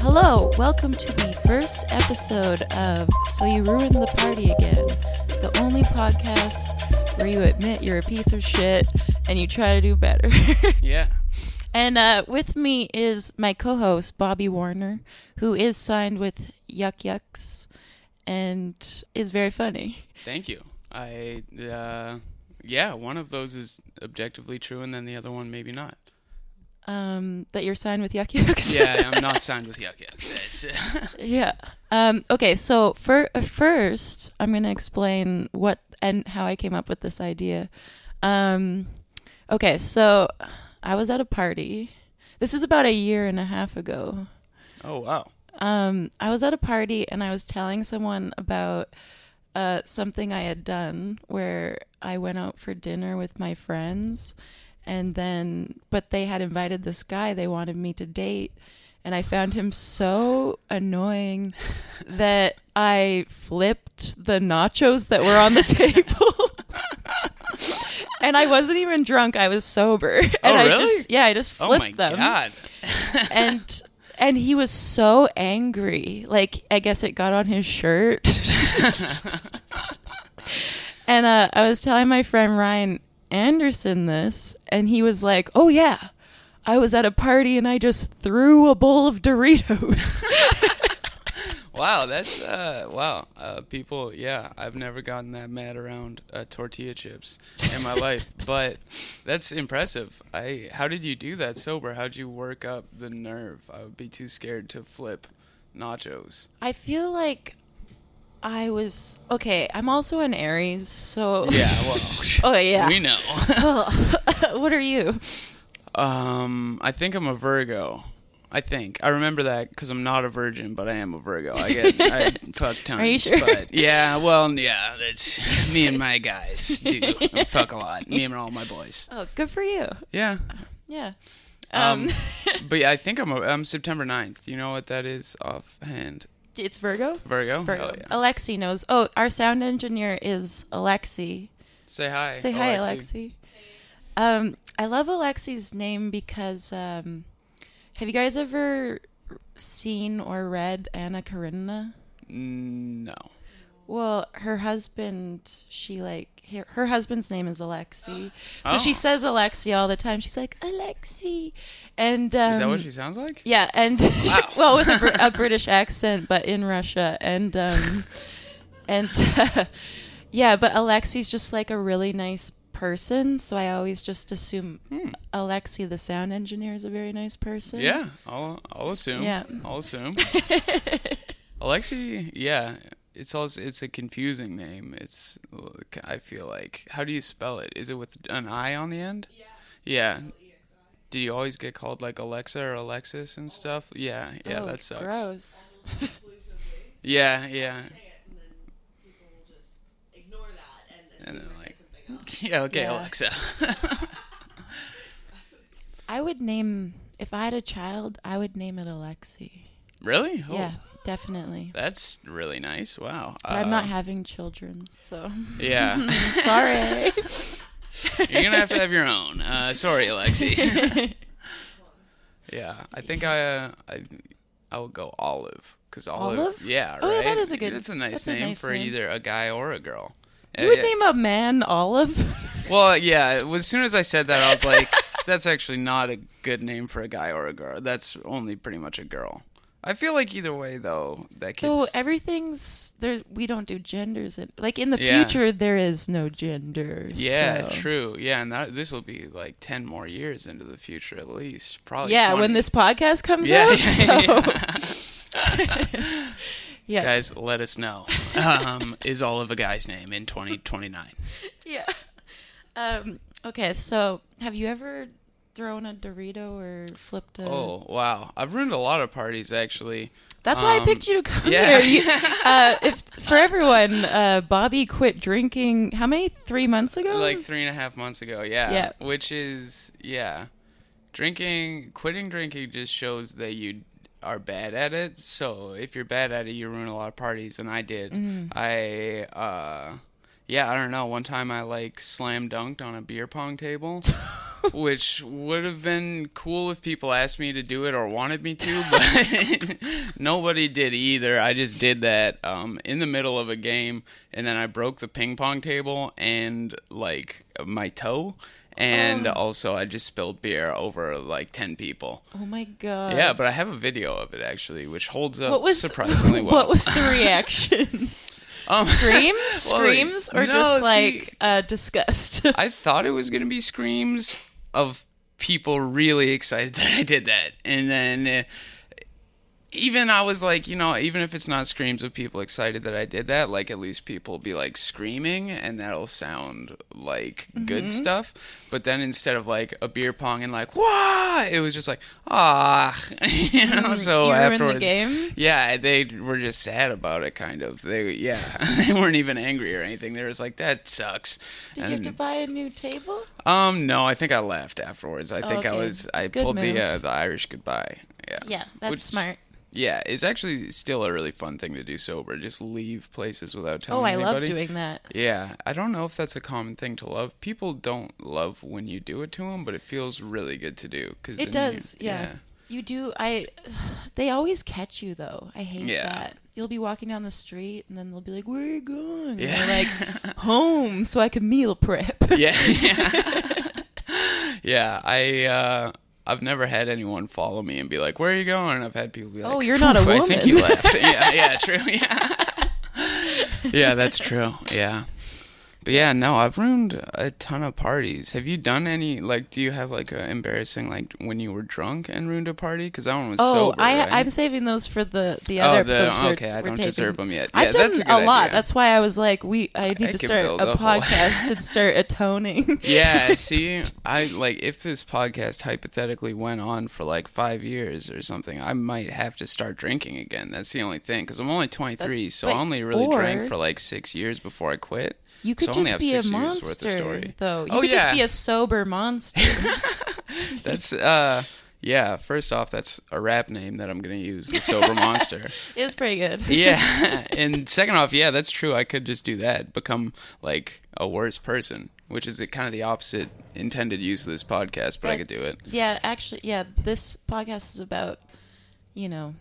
Hello, welcome to the first episode of So You Ruined the Party Again, the only podcast where you admit you're a piece of shit and you try to do better. Yeah. and uh, with me is my co host, Bobby Warner, who is signed with Yuck Yucks and is very funny. Thank you. I uh yeah, one of those is objectively true and then the other one maybe not. Um, that you're signed with Yuck Yucks. Yeah, I'm not signed with Yuck Yucks. It's- Yeah. Um, okay. So for uh, first, I'm going to explain what and how I came up with this idea. Um, okay. So I was at a party. This is about a year and a half ago. oh wow. Um, I was at a party and I was telling someone about uh, something I had done where I went out for dinner with my friends. And then, but they had invited this guy they wanted me to date. And I found him so annoying that I flipped the nachos that were on the table. and I wasn't even drunk, I was sober. And Oh, I really? just, yeah, I just Oh flipped my them god. and and he was so angry. Like I guess it got on his shirt. and uh, I was telling my friend Ryan Anderson this, and he was like, "Oh yeah, I was at a party and I just threw a bowl of Doritos." Wow, that's uh wow. Uh people, yeah, I've never gotten that mad around uh, tortilla chips in my life, but that's impressive. I how did you do that sober? How'd you work up the nerve? I would be too scared to flip nachos. I feel like I was okay. I'm also an Aries, so Yeah, well. oh yeah. We know. what are you? Um, I think I'm a Virgo. I think I remember that because I'm not a virgin, but I am a Virgo. I get I fuck tons. you sure? But yeah, well, yeah, that's me and my guys do fuck a lot. Me and all my boys. Oh, good for you. Yeah, Yeah. Um, but yeah, I think I'm a, I'm September 9th. You know what that is offhand? it's Virgo. Virgo. Virgo. Hell yeah. Alexi knows. Oh, our sound engineer is Alexi. Say hi. Say hi, Alexi. Um, I love Alexi's name because um, have you guys ever seen or read Anna Karenina? Mm, No. Well, her husband, she like her, her husband's name is Alexi, so Oh. she says Alexi all the time. She's like Alexi, and um, Is that what she sounds like? yeah, and well, with a, Br- a British accent, but in Russia, and um, and yeah, but Alexi's just like a really nice person, so I always just assume Alexi, the sound engineer, is a very nice person. Hmm. Yeah, I'll I'll assume. Yeah. I'll assume. Alexi, yeah, it's also it's a confusing name. It's I feel like how do you spell it? Is it with an I on the end? Yeah. Yeah. Do you always get called like Alexa or Alexis and stuff? Yeah, yeah, Oh, that sucks. Gross. exclusively. Yeah, yeah, Say it, and then people will just ignore that and assume then, I said like- something else. yeah. Okay, Yeah. Alexa. I would name if I had a child, I would name it Alexi. really? Oh, Yeah, definitely. That's really nice. Wow. But I'm Uh, not having children, so Yeah. sorry. You're gonna have to have your own. Uh, sorry, Alexi. yeah, I think I, uh, I, I will go Olive because Olive, Olive? Yeah, Oh, yeah, right. that is a good- That's a nice that's a name nice for name. either a guy or a girl. Uh, you would name a man Olive. well, yeah. it was- As soon as I said that, I was like, "That's actually not a good name for a guy or a girl. That's only pretty much a girl." I feel like either way, though, that kid's So everything's there. We don't do genders, in, like in the Yeah. future, there is no gender. yeah, so- true. Yeah, and that, this will be like ten more years into the future, at least. Probably. Yeah, 20. when this podcast comes Yeah, out. so. yeah. yeah. guys let us know um, is all of a guy's name in 2029 Yeah. Um, okay, so have you ever thrown a Dorito or flipped a? oh wow i've ruined a lot of parties actually That's why I um, picked you to come yeah. here. You- uh, if for everyone, uh, Bobby quit drinking. How many? Three months ago. like three and a half months ago yeah Yeah. which is yeah drinking quitting drinking just shows that you are bad at it so if you're bad at it you ruin a lot of parties and i did i uh yeah i don't know one time i like slam dunked on a beer pong table which would have been cool if people asked me to do it or wanted me to, but nobody did either. I just did that um, in the middle of a game, and then I broke the ping pong table and like my toe, and also I just spilled beer over like ten people. Oh my god. yeah, but I have a video of it actually, which holds up What was Oh, surprisingly well. What was the reaction? Um, Scream, Well, screams, or no, just see- like uh, disgust? I thought it was gonna be screams of people really excited that I did that, and then uh, even I was like, you know, even if it's not screams of people excited that I did that, like at least people will be like screaming, and that'll sound like Mm-hmm. good stuff. But then instead of like a beer pong and like wah, it was just like ah, you know. Mm, you were So in the afterwards, game? yeah, they were just sad about it, kind of. They yeah, they weren't even angry or anything. They were just like that sucks. Did you have to buy a new table? Um, no, I think I left afterwards. I think I okay. was I Good pulled move. the uh, the Irish goodbye. Yeah. Yeah, that's Which- smart. Yeah, it's actually still a really fun thing to do sober. Just leave places without telling Oh, I anybody. love doing that. Yeah, I don't know if that's a common thing to love. People don't love when you do it to them, but it feels really good to do cuz It does, yeah. You do. I. They always catch you though. I hate Yeah. that. You'll be walking down the street and then they'll be like, "Where are you going?" Yeah. And you're like, "Home, so I can meal prep." Yeah. Yeah. yeah, I uh I've never had anyone follow me and be like, "Where are you going?" I've had people be like, Oh, you're not a "Oof, I think woman." you left. yeah, yeah, true. Yeah. yeah, that's true. Yeah. But yeah, no, I've ruined a ton of parties. Have you done any like do you have like a embarrassing like when you were drunk and ruined a party cuz that one was Oh, sober. I, right? Oh, I'm saving those for the the other the- episodes. we're- okay, I we're don't taping. deserve 'em yet. Yeah, I've done that's a good lot. idea. That's why I was like, we. I need to I could start build a, a whole- podcast and start atoning. yeah, see, I like if this podcast hypothetically went on for like five years or something, I might have to start drinking again. That's the only thing because I'm only 23, That's- so I but- only really or- drank for like six years before I quit. You could so I only just have be a six years worth of monster, story. though. You Oh, could just yeah. be a sober monster. That's uh, yeah. First off, that's a rap name that I'm gonna use, the sober monster. it's pretty good. Yeah, and second off, yeah, that's true. I could just do that, become like a worse person, which is the, kind of the opposite intended use of this podcast, but I could do That's- it. Yeah, actually, yeah. This podcast is about, you know,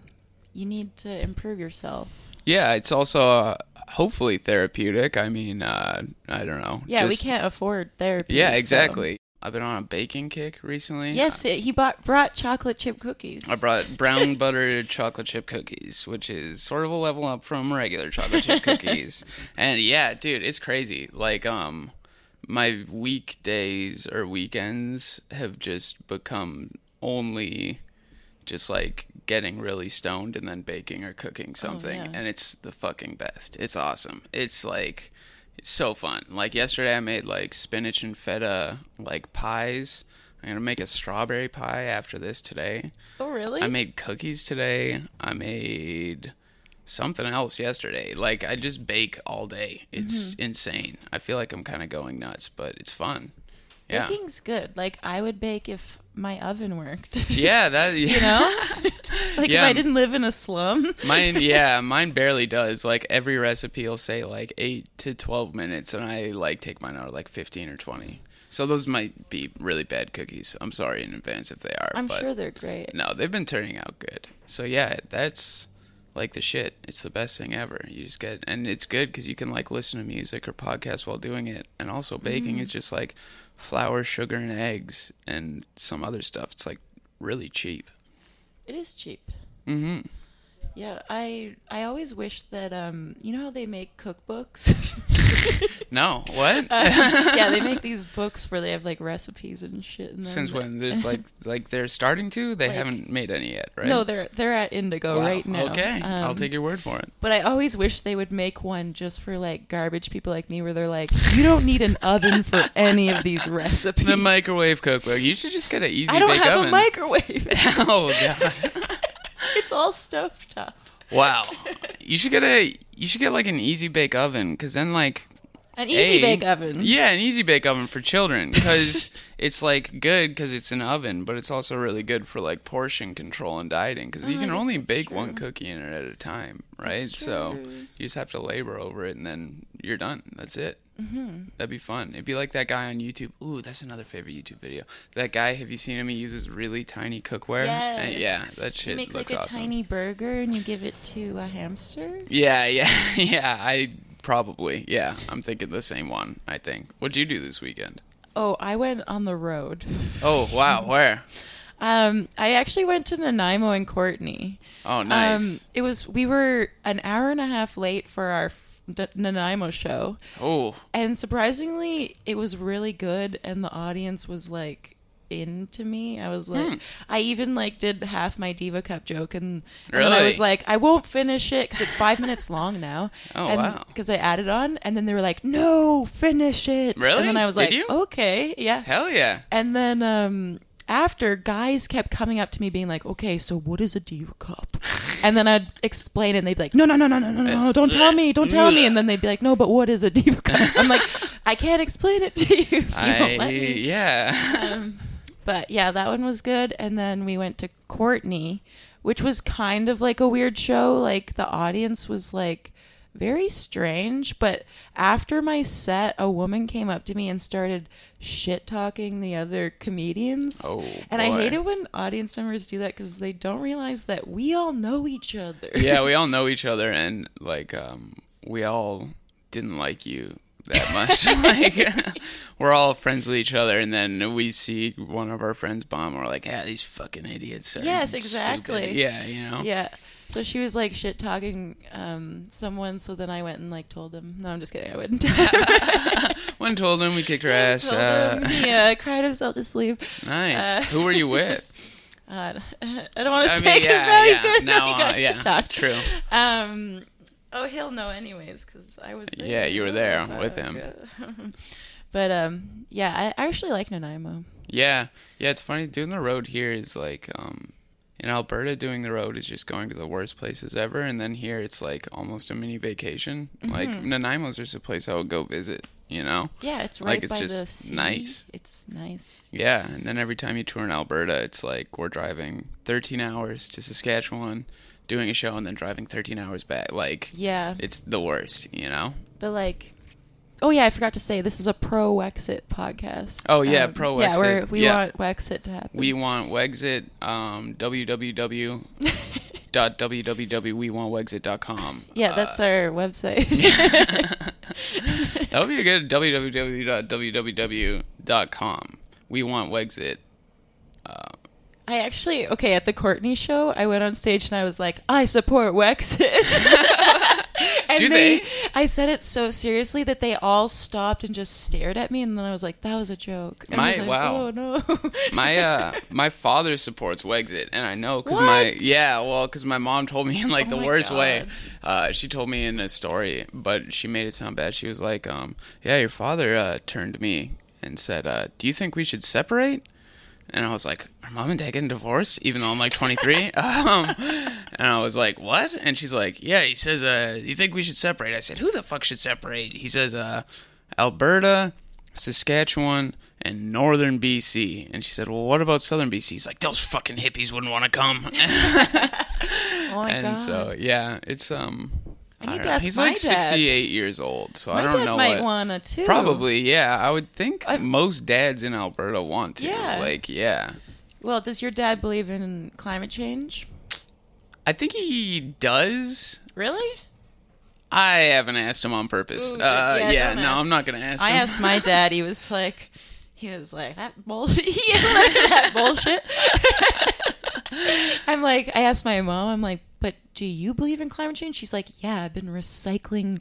you need to improve yourself. Yeah, it's also uh, hopefully therapeutic. I mean, uh, I don't know. Yeah, Just- we can't afford therapy. Yeah, so- exactly. I've been on a baking kick recently. Yes, it, he bought brought chocolate chip cookies. I brought brown butter chocolate chip cookies, which is sort of a level up from regular chocolate chip cookies. And yeah, dude, it's crazy. Like, um, my weekdays or weekends have just become only just like getting really stoned and then baking or cooking something. Oh, yeah. And it's the fucking best. It's awesome. It's like, it's so fun. Like, yesterday I made like spinach and feta like pies. I'm gonna make a strawberry pie after this today. oh, really? I made cookies today. I made something else yesterday. Like I just bake all day. It's Mm-hmm. insane. I feel like I'm kind of going nuts, but it's fun. Yeah. Baking's good. Like I would bake if my oven worked. Yeah, that yeah. you know, like Yeah. if I didn't live in a slum. mine yeah, mine barely does. Like every recipe will say like 8 to 12 minutes and I like take mine out at like 15 or 20. So those might be really bad cookies. I'm sorry in advance if they are. I'm but sure they're great. No, they've been turning out good. So yeah, that's like the shit. It's the best thing ever. You just get and it's good because you can like listen to music or podcasts while doing it, and also baking Mm-hmm. is just like flour, sugar, and eggs and some other stuff. It's like really cheap. It is cheap. Mm-hmm. Yeah, I I always wish that um you know how they make cookbooks. Uh, No, what? yeah, they make these books where they have like recipes and shit. In them. Since when? There's like like they're starting to. They Like- haven't made any yet, right? No, they're they're at Indigo Wow. right now. Okay, I'll Um, take your word for it. But I always wish they would make one just for like garbage people like me, where they're like, you don't need an oven for any of these recipes. The microwave cookbook. You should just get an easy I don't bake have oven. a microwave. oh god. it's all stovetop. Wow. You should get a you should get like an easy bake oven cuz then like An easy A- bake oven. Yeah, an easy bake oven for children cuz it's like good cuz it's an oven, but it's also really good for like portion control and dieting cuz you I can guess only Oh, that's bake true. one cookie in it at a time, right? That's So true. you just have to labor over it and then you're done. That's it. Mm-hmm. That'd be fun. It'd be like that guy on YouTube. Ooh, that's another favorite YouTube video. That guy, have you seen him? He uses really tiny cookware. Yeah. Uh, yeah, that shit You make like looks a awesome. tiny burger and you give it to a hamster. Yeah, yeah, yeah. I probably yeah. I'm thinking the same one. I think. What'd you do this weekend? Oh, I went on the road. Oh wow, where? Um, I actually went to Nanaimo and Courtney. Um, Oh nice. it was we were an hour and a half late for our f- D- Nanaimo show, oh and surprisingly, it was really good, and the audience was like into me. I was Hmm. like, I even like did half my diva cup joke, and, and then I Really? was like, I won't finish it because it's five minutes long now. Oh, and, wow. Because I added on, and then they were like, No, finish it. Really? And then I was Did like, you? Okay, yeah. hell yeah. And then um, after, guys kept coming up to me being like, okay, so what is a diva cup? And then I'd explain it and they'd be like, no, no, no, no, no, no, no, don't tell me, don't tell me. And then they'd be like, no, but what is a diva cup? I'm like, I can't explain it to you if you I don't let me. yeah. Um, But yeah, that one was good. And then we went to Courtney, which was kind of like a weird show. Like the audience was like very strange. But after my set, a woman came up to me and started shit talking the other comedians. Oh, and I boy. hate it when audience members do that because they don't realize that we all know each other. yeah, we all know each other, and like um, we all didn't like you that much. like we're all friends with each other, and then we see one of our friends bomb. We're like, yeah, these fucking idiots. Are Yes, stupid." exactly. Yeah, you know. Yeah. So she was like shit talking um, someone. So then I went and like told them. No, I'm just kidding. I wouldn't. One told him we kicked her ass. told Uh, him. He uh, cried himself to sleep. nice. Uh, Who were you with? Uh, I don't want to I say mean, because yeah, now he's yeah, going to know now, he uh, got yeah, shit talked. true. Um, oh, he'll know anyways because I was there. Oh, Yeah, you were there with him. but um, yeah, I I actually like Nanaimo. Yeah, yeah. It's funny doing the road here is like um, in Alberta doing the road is just going to the worst places ever, and then here it's like almost a mini vacation. Mm-hmm. Like Nanaimo's just a place I would go visit. You know. Yeah, it's right Like, it's by the just sea. nice. It's nice. Yeah, and then every time you tour in Alberta, it's like we're driving 13 hours to Saskatchewan, doing a show, and then driving 13 hours back. Like, Yeah, it's the worst, you know? but like. Oh yeah, I forgot to say this is a pro Wexit podcast. Um, Oh, yeah, pro Yeah, Wexit. we're, we Yeah. want Wexit to happen. We want Wexit, um, E www.www.wewantwexit.com. yeah, that's Uh, our website. That would be a good www.www.com. We want Wexit. I actually okay at the Courtney show. I went on stage and I was like, "I support Wexit." and Do they? I said it so seriously that they all stopped and just stared at me, and then I was like, "That was a joke." And I My- was like, wow. Oh no. My uh, my father supports Wexit, and I know because my What? yeah, well, because my mom told me in like the Oh my worst way. God. Uh, she told me in a story, but she made it sound bad. She was like, um, "Yeah, your father uh, turned to me and said, uh, do you think we should separate?'" And I was like, "Are mom and dad getting divorced?" Even though I'm like 23. um, and I was like, "What?" And she's like, "Yeah, he says, uh, you think we should separate?" I said, "Who the fuck should separate?" He says, uh, "Alberta, Saskatchewan, and northern BC." And she said, "Well, what about southern BC?" He's like, "Those fucking hippies wouldn't want to come." oh my and god. so, yeah, it's um, I, need don't to know. ask He's my like dad. 68 years old, so my I dad don't know might what. wanna too. Probably, yeah. I would think I've- most dads in Alberta want to. Yeah. Like, yeah. Well, does your dad believe in climate change? I think he does. Really? I haven't asked him on purpose. Ooh, uh, yeah, yeah, don't no, ask. I'm not gonna ask. I him. asked my dad. He was like, he was like that bullshit. He like, that bullshit. I'm like, I asked my mom. I'm like, but do you believe in climate change? She's like, yeah, I've been recycling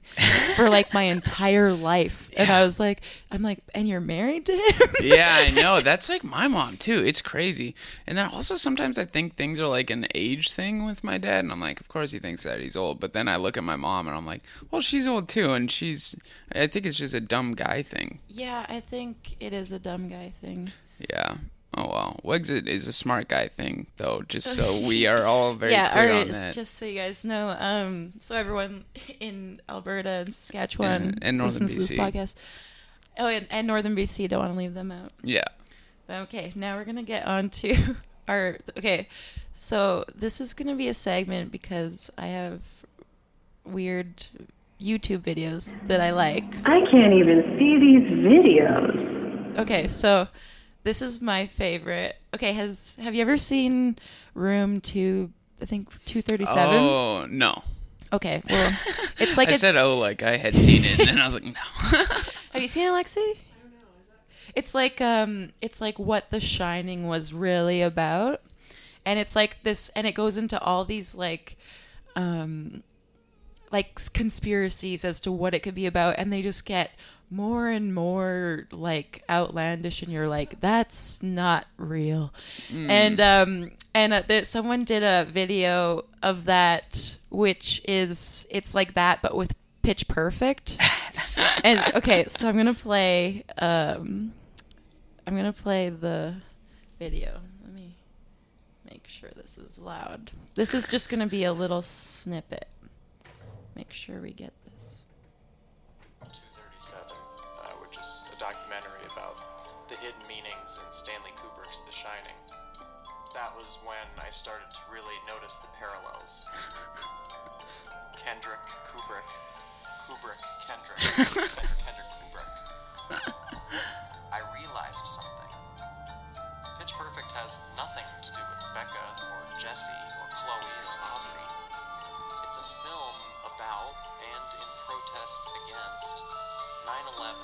for like my entire life. And I was like, I'm like, and you're married to him? yeah, I know. That's like my mom too. It's crazy. And then also sometimes I think things are like an age thing with my dad, and I'm like, of course he thinks that he's old. But then I look at my mom, and I'm like, well, she's old too, and she's. I think it's just a dumb guy thing. yeah, I think it is a dumb guy thing. Yeah. Oh well, Wexit is a smart guy thing, though. Just so we are all very yeah, clear all on right, that. just so you guys know, um, so everyone in Alberta and Saskatchewan And- and northern listens to this BC. podcast. Oh, and, and northern BC, don't want to leave them out. yeah. Okay, now we're gonna get on to our okay. So this is gonna be a segment because I have weird YouTube videos that I like. I can't even see these videos. Okay, so this is my favorite. Okay, has have you ever seen Room Two? I think two thirty seven. Oh no! Okay, well, it's like I a, said oh like I had seen it, and I was like no. Have you seen it, Lexi? I don't know. It's like um, it's like what The Shining was really about, and it's like this, and it goes into all these like, um, like s- conspiracies as to what it could be about, and they just get more and more like outlandish, and you're like, that's not real, and um, and uh, there, someone did a video of that, which is it's like that, but with pitch perfect and okay, so I'm gonna play. Um, I'm gonna play the video. Let me make sure this is loud. This is just gonna be a little snippet. Make sure we get this. 237, uh, which is a documentary about the hidden meanings in Stanley Kubrick's The Shining. That was when I started to really notice the parallels. Kendrick Kubrick, Kubrick Kendrick, Kendrick Kendrick Kubrick. I realized something. Pitch Perfect has nothing to do with Becca or Jesse or Chloe or Aubrey. It's a film about and in protest against 9 11.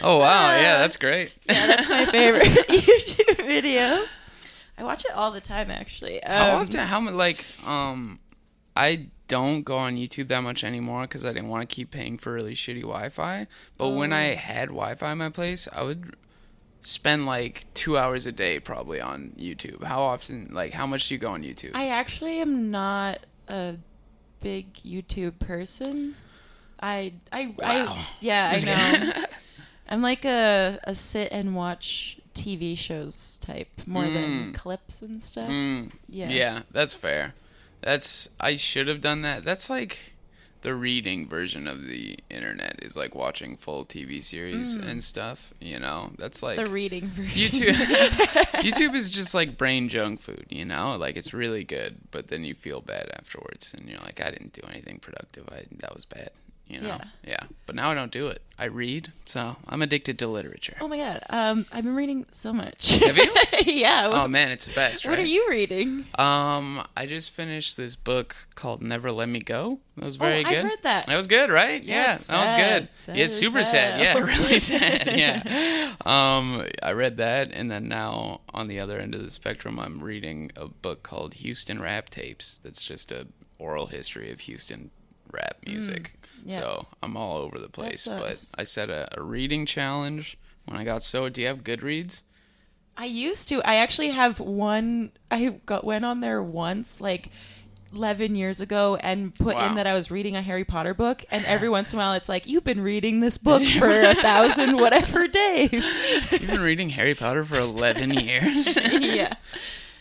Oh wow! Yeah, that's great. That's my favorite YouTube video. I watch it all the time, actually. How Um, often? How mu- like um, I don't go on YouTube that much anymore because I didn't want to keep paying for really shitty Wi-Fi. But when Oh. I had Wi-Fi in my place, I would spend like two hours a day probably on YouTube. How often? Like how much do you go on YouTube? I actually am not a big YouTube person. I I, I Wow. yeah, I know. I'm like a a sit and watch TV shows type more than clips and stuff. Yeah. Mm. yeah. that's fair. That's I should have done that. That's like the reading version of the internet is like watching full TV series and stuff. You know, that's like Mm. The reading version. YouTube YouTube is just like brain junk food, you know? Like it's really good, but then you feel bad afterwards and you're like I didn't do anything productive. I that was bad, you know. Yeah. But now I don't do it. I read. So, I'm addicted to literature. Oh my god. Um I've been reading so much. Have you? yeah. What, Oh man, it's the best, what are right? you reading? Um, I just finished this book called Never Let Me Go. That was very Oh, I've good. read that. That was good, right? Yeah, Yeah, it's that was sad. good. Sad yeah, it's as super sad. hell. Yeah, really sad. Yeah. Um, I read that, and then now on the other end of the spectrum, I'm reading a book called Houston Rap Tapes. That's just a oral history of Houston rap music. Mm. yeah. So I'm all over the place. That's, uh, but I set a, a reading challenge when I got so. Do you have Goodreads? I used to. I actually have one. I got went on there once, like eleven years ago, and put in Wow. that I was reading a Harry Potter book. And every once in a while, it's like you've been reading this book for a thousand whatever days. You've been reading Harry Potter for 11 years. yeah,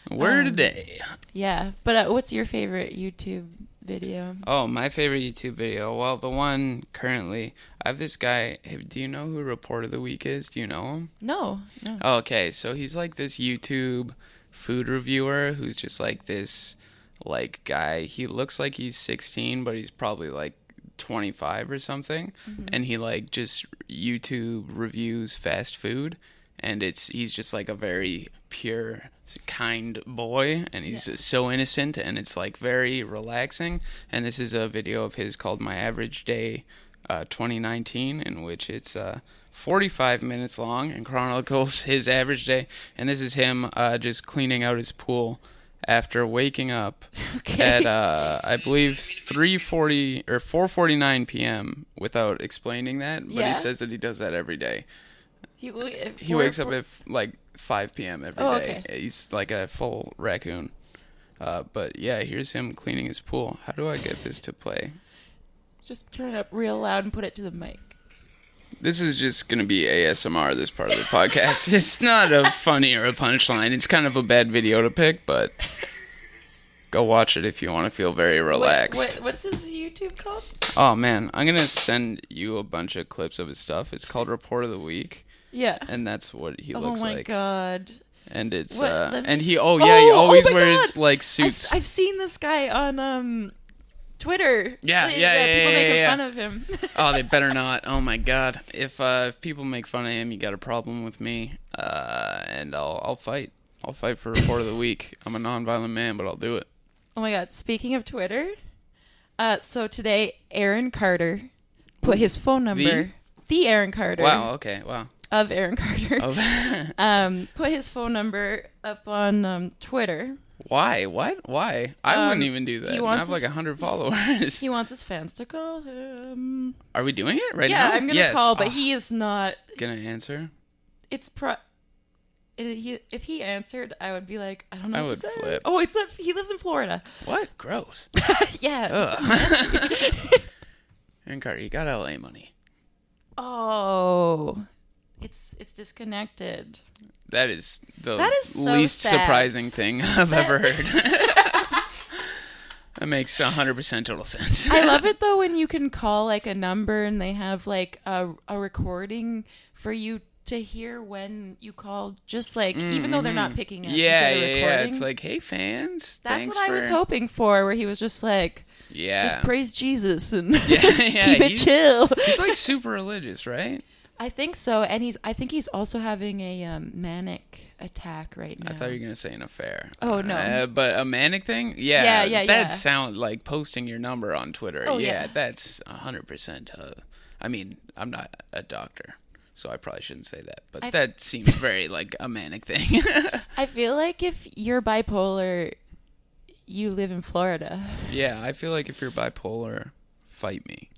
Word a day. yeah. But uh, what's your favorite YouTube video? Oh, my favorite YouTube video. Well, the one currently, I have this guy. have- Do you know who Report of the Week is? Do you know him? No, no. Oh, okay, so he's like this YouTube food reviewer who's just like this, like guy. He looks like he's 16, but he's probably like 25 or something. And he like just YouTube reviews fast food, and it's he's just like a very pure kind boy and he's just so innocent and it's like very relaxing and this is a video of his called my average day uh, 2019, in which it's uh, 45 minutes long and chronicles his average day. And this is him uh, just cleaning out his pool after waking up at uh, I believe 3:40 or 4:49 p.m. without explaining that, but Yeah. he says that he does that every day. He, w- uh, He for- wakes up for- at f- like 5 p.m. every day. Oh, He's like a full raccoon. Uh, but yeah, here's him cleaning his pool. How do I get this to play? Just turn it up real loud and put it to the mic. This is just going to be ASMR, this part of the podcast. it's not a funny or a punchline. It's kind of a bad video to pick, but go watch it if you want to feel very What- relaxed. What, what's his YouTube called? Oh, man. I'm going to send you a bunch of clips of his stuff. It's called Report of the Week, Yeah. and that's what he oh looks my like. god. and it's What? uh, Let me and he s- oh yeah he oh always my wears God. like I've, suits. s- I've seen this guy on um Twitter. Yeah, yeah, yeah, People yeah, making yeah, fun yeah. of him. oh, they better not. Oh my god. If uh, if people make fun of him, you got a problem with me. Uh, and I'll I'll fight. I'll fight for report of the week. I'm a nonviolent man, but I'll do it. Oh my god! Speaking of Twitter, uh, so today Aaron Carter put his phone number. The, Aaron Carter Wow. Okay. Wow. of Aaron Carter Oh, um, put his phone number up on um, Twitter. why? What? Why? I wouldn't even do that. Um, he and I wants have like his- hundred followers. He wants his fans to call him. Are we doing it right Yeah, now? I'm gonna Yes. call, but Ah, he is not. gonna answer. It's pro. It, he, if he answered, I would be like, I don't know. I what would to say. flip. Oh, it's a, he lives in Florida. What? Gross. Yeah. Aaron Carter, you got LA money. Oh, it's it's disconnected. That is the That is so least sad. surprising thing I've ever heard. that makes 100% total sense. I love it though when you can call like a number and they have like a a recording for you to hear when you called. Just like even though they're not picking up, you Mm-hmm. yeah, get yeah, a yeah. recording. It's like, hey, that's fans. thanks what I for... was hoping for, where he was just like, Yeah. just praise Jesus and yeah, keep it he's- chill. He's like super religious, right? I think so, and he's I think he's also having a um, manic attack right now. I thought you were gonna say an affair. Oh, no. Uh, but a manic thing? Yeah, Yeah, yeah, That yeah. sound like posting your number on Twitter. Oh, yeah, yeah. that's hundred percent. Uh, I mean, I'm not a doctor, so I probably shouldn't say that. But I've- that seems very like a manic thing. I feel like if you're bipolar, you live in Florida. yeah, I feel like if you're bipolar, fight me.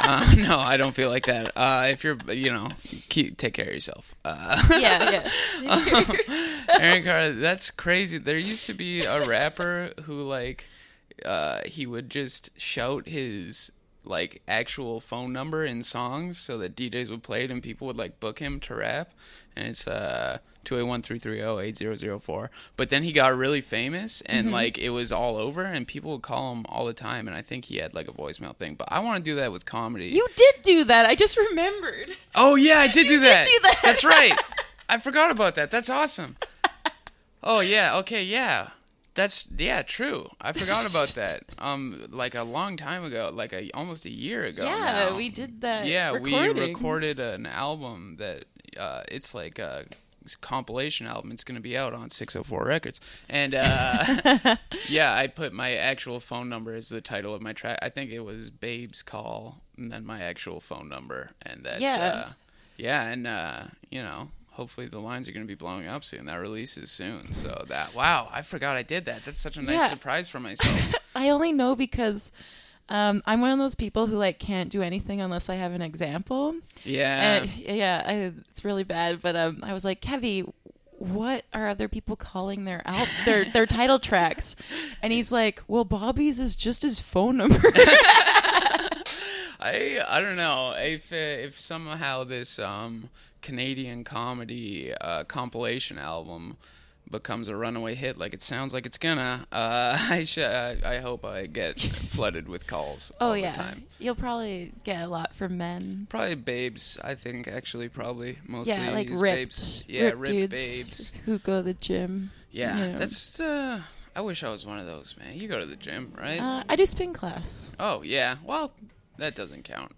uh, no, I don't feel like that. Uh, if you're, you know, keep, take care of yourself. Uh, Yeah, yeah. Aaron Carter, that's crazy. There used to be a rapper who like uh he would just shout his like actual phone number in songs so that DJs would play it and people would like book him to rap and it's uh oh, 281-330-8004 but then he got really famous and like it was all over and people would call him all the time and I think he had like a voicemail thing but I want to do that with comedy. you did do that. I just remembered. Oh yeah, I did do that. do that. That's right. I forgot about that. That's awesome. Oh yeah. Okay. Yeah. That's yeah. True. I forgot about that. Um, like a long time ago, like a almost a year ago. Yeah, now. we did that. Yeah, we recording. recorded an album that uh, it's like a compilation album. It's going to be out on 604 Records. And uh, yeah, I put my actual phone number as the title of my track. I think it was Babe's Call and then my actual phone number. And that's, Yeah. uh, yeah, and, uh, you know. Hopefully the lines are going to be blowing up soon. That releases soon, so that wow, I forgot I did that. That's such a nice Yeah. surprise for myself. I only know because um, I'm one of those people who like can't do anything unless I have an example. Yeah, And yeah, I, it's really bad. But um, I was like, Kevy, what are other people calling their out their their title tracks? And he's like, Well, Bobby's is just his phone number. I I don't know if uh, if somehow this um, Canadian comedy uh, compilation album becomes a runaway hit, like it sounds like it's gonna. Uh, I sh- I I hope I get flooded with calls. oh all yeah, the time. you'll probably get a lot from men. probably babes. I think actually probably mostly Yeah, like these ripped, babes. Yeah, ripped, dudes babes. who go to the gym. Yeah, you know. that's. Uh, I wish I was one of those, man. You go to the gym, right? Uh, I do spin class. oh yeah. Well, that doesn't count.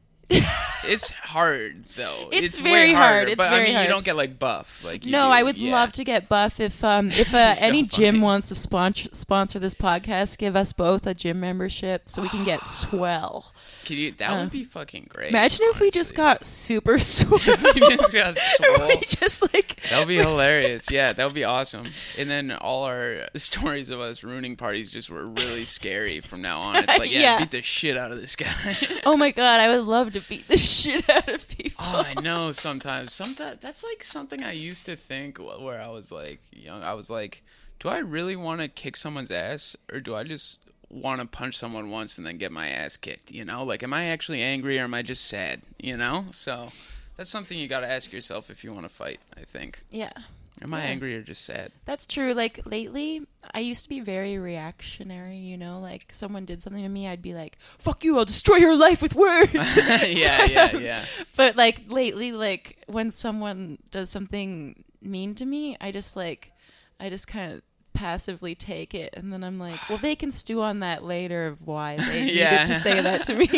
it's hard though. It's way very hard. harder, It's but I very mean, hard. you don't get like buff. Like you No, do- I would yeah. love to get buff if um if uh, So any gym funny. wants to sponsor sponsor this podcast, give us both a gym membership so we can get swell. Can you, that would be fucking great. Uh, Imagine if we just honestly. got super swell. You just got swole. we just like That would be hilarious. Yeah, that would be awesome. And then all our stories of us ruining parties just were really scary from now on. It's like, yeah, Yeah. beat the shit out of this guy. oh my god, I would love to beat the shit out of people. oh, I know sometimes. Sometimes that's like something I used to think wh- where I was like young. I was like, do I really want to kick someone's ass or do I just want to punch someone once and then get my ass kicked? You know, like, am I actually angry or am I just sad? You know, so that's something you got to ask yourself if you want to fight. I think, Yeah. am I angry or just sad? That's true. Like lately, I used to be very reactionary, you know, like someone did something to me, I'd be like, "Fuck you, I'll destroy your life with words." yeah, yeah, yeah. but like lately like when someone does something mean to me, I just like I just kind of passively take it and then I'm like, well they can stew on that later of why they Yeah. needed to say that to me.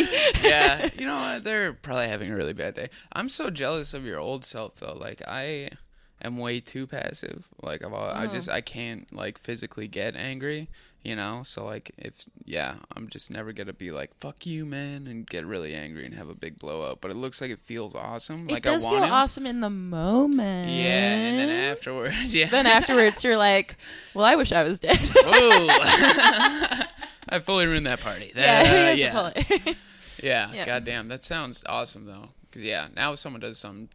yeah, you know what? They're probably having a really bad day. I'm so jealous of your old self though. Like I am way too passive. Like I've, al- I Oh. just I can't like physically get angry. You know, so like if yeah, I'm just never gonna be like fuck you, man, and get really angry and have a big blow up. But it looks like it feels awesome. like it does I want feel to. awesome in the moment. Yeah, and then afterwards, yeah. Then afterwards you're like, Well, I wish I was dead. Whoa. I fully ruined that party. That, yeah, uh, he yeah. has a point. Yeah, Yeah. goddamn, that sounds awesome though. 'Cause, yeah, now if someone does something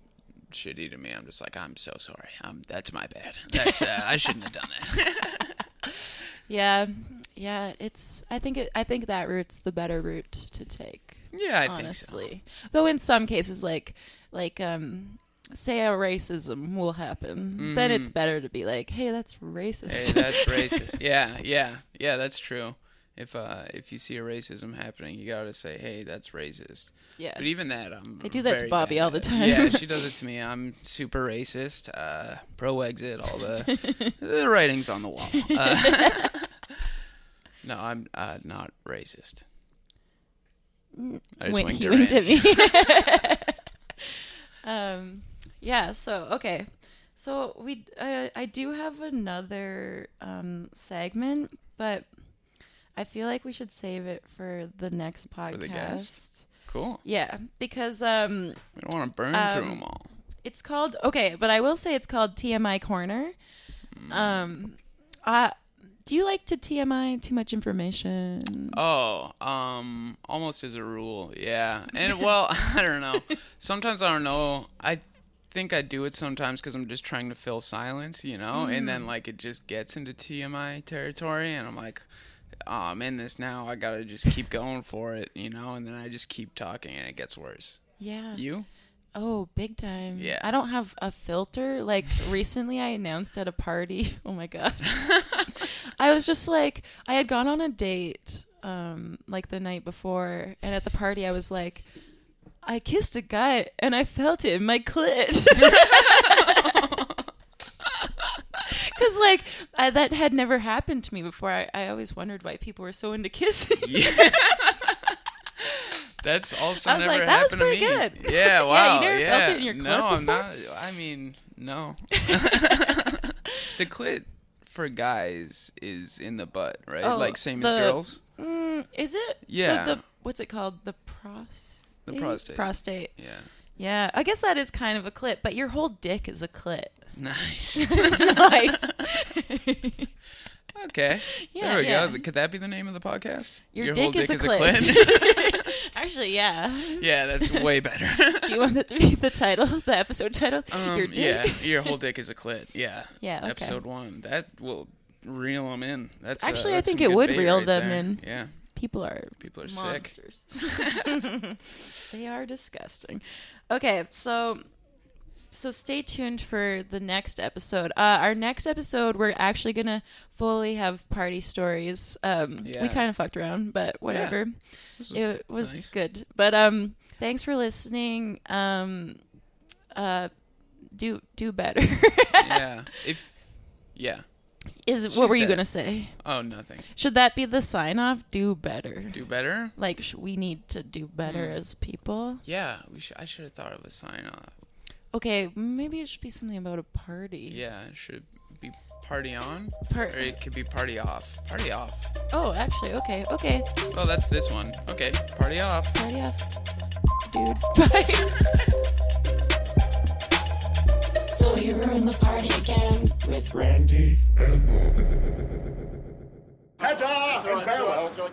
shitty to me, I'm just like, I'm so sorry. Um, that's my bad. That's uh, I shouldn't have done that. yeah. Yeah, it's I think it I think that route's the better route to take. yeah, I think honestly. Though in some cases, like like um, say a racism will happen, then it's better to be like, hey, that's racist. so. Mm. Hey, that's racist. Yeah, yeah, yeah. That's true. If uh, if you see a racism happening, you gotta say, hey, that's racist. yeah. But even that, I'm. I do that to very Bobby bad all the at. time. Yeah, she does it to me. I'm super racist, uh, pro exit, all the the writings on the wall. Uh, no, I'm uh, not racist. I just Wink- winked he her winked in. at me. um, yeah. So okay. So we, uh, I do have another um, segment, but I feel like we should save it for the next podcast. the guest? Cool. Yeah, because um, We don't want to burn through them all. It's called okay, but I will say it's called TMI Corner. Um, uh, do you like to TMI too much information? Oh, um, almost as a rule, yeah. And well, I don't know. Sometimes I don't know. I think I do it sometimes because I'm just trying to fill silence, you know. And then like it just gets into TMI territory, and I'm like, oh, I'm in this now. I gotta just keep going for it, you know. And then I just keep talking, and it gets worse. Yeah. You? Oh, big time. Yeah. I don't have a filter. Like recently I announced at a party. Oh my god. I was just like I had gone on a date um like the night before and at the party I was like I kissed a guy and I felt it in my clit. Cuz like I, that had never happened to me before. I, I always wondered why people were so into kissing. Yeah. That's also I was never like, that was happened pretty to me. good. Yeah, wow. never yeah. felt it in your no, clit I'm before? not. I mean, no. the clit for guys is in the butt, right? Oh, like same as the- girls. Mm, Is it? The- Yeah. The, what's it called? The prostate. The prostate. Prostate. Yeah. Yeah. I guess that is kind of a clit, but your whole dick is a clit. Nice. nice. okay. Yeah, there we yeah. go. Could that be the name of the podcast? Your dick is a clit. Actually, yeah. yeah, that's way better. Do you want that to be the title, the episode title? Um, your dick. Yeah, your whole dick is a clit. Yeah. Yeah, okay. Episode one. That will reel them in. That's uh, Actually, I that's think some it good would bait reel right them there. in. Yeah. People are People are sick. monsters. they are disgusting. Okay, so so stay tuned for the next episode. Uh, our next episode, we're actually gonna fully have party stories. Um, Yeah. We kind of fucked around, but whatever. This is It was nice. good. But um, thanks for listening. Um, uh, do do better. yeah. If yeah. Is She what were you said gonna it. say? Oh, nothing. Should that be the sign off? Do better. Do Mm. better. like sh- we need to do better as people. Yeah. We should. I should have thought of a sign off. Okay, maybe it should be something about a party. Yeah. It should be party on. Par- or it could be party off. Party off. Oh, actually, okay, okay. Oh, that's this one. Okay. Party off. Party off, dude. Bye. so you ruined the party again. Ta-ta and farewell.